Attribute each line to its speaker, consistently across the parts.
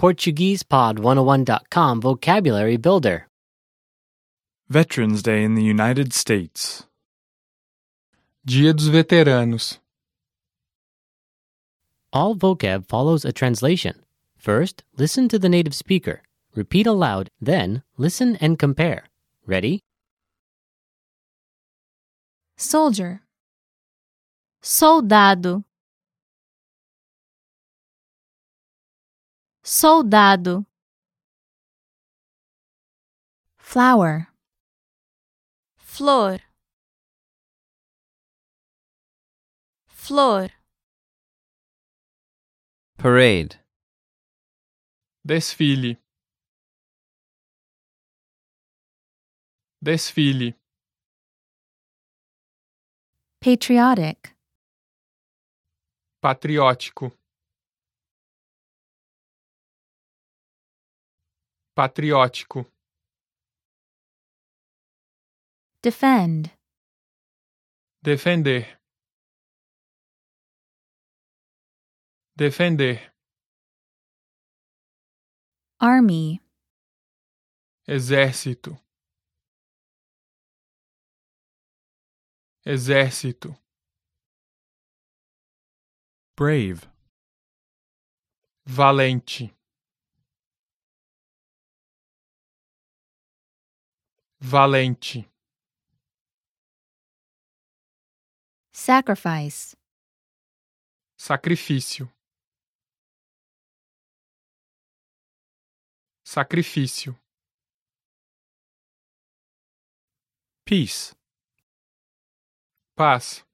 Speaker 1: PortuguesePod101.com Vocabulary Builder.
Speaker 2: Veterans Day in the United States.
Speaker 3: Dia dos Veteranos.
Speaker 1: All vocab follows a translation. First, listen to the native speaker. Repeat aloud, then, listen and compare. Ready?
Speaker 4: Soldier. Soldado. Soldado. Flower. Flor. Flor.
Speaker 5: Parade.
Speaker 3: Desfile. Desfile.
Speaker 4: Patriotic.
Speaker 3: Patriótico. Patriótico.
Speaker 4: Defend.
Speaker 3: Defender. Defender.
Speaker 4: Army.
Speaker 3: Exército. Exército.
Speaker 2: Brave.
Speaker 3: Valente. Valente.
Speaker 4: Sacrifice.
Speaker 3: Sacrifício. Sacrifício.
Speaker 2: Peace.
Speaker 3: Paz.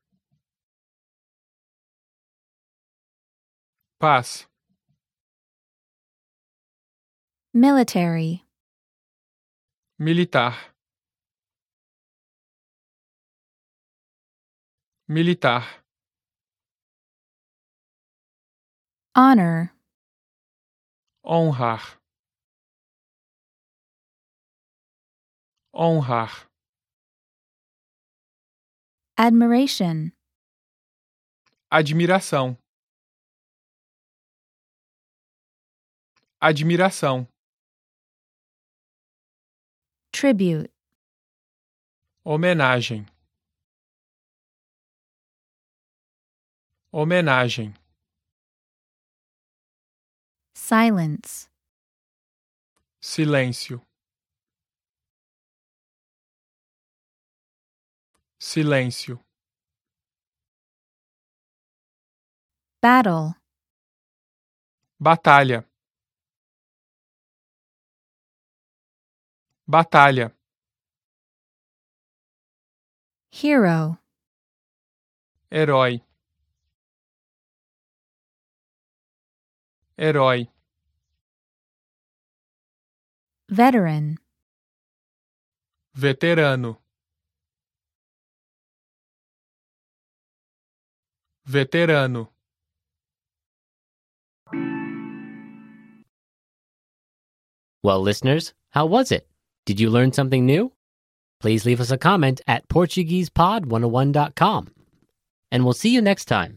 Speaker 3: Paz.
Speaker 4: Military.
Speaker 3: Militar. Militar.
Speaker 4: Honor.
Speaker 3: Honrar. Honrar.
Speaker 4: Admiration.
Speaker 3: Admiração. Admiração.
Speaker 4: Tribute.
Speaker 3: Homenagem. Homenagem.
Speaker 4: Silence.
Speaker 3: Silêncio. Silêncio.
Speaker 4: Battle.
Speaker 3: Batalha. Batalha.
Speaker 4: Hero.
Speaker 3: Herói. Herói.
Speaker 4: Veteran.
Speaker 3: Veterano. Veterano.
Speaker 1: Well, listeners, how was it? Did you learn something new? oh Please leave us a comment at PortuguesePod101.com. And we'll see you next time.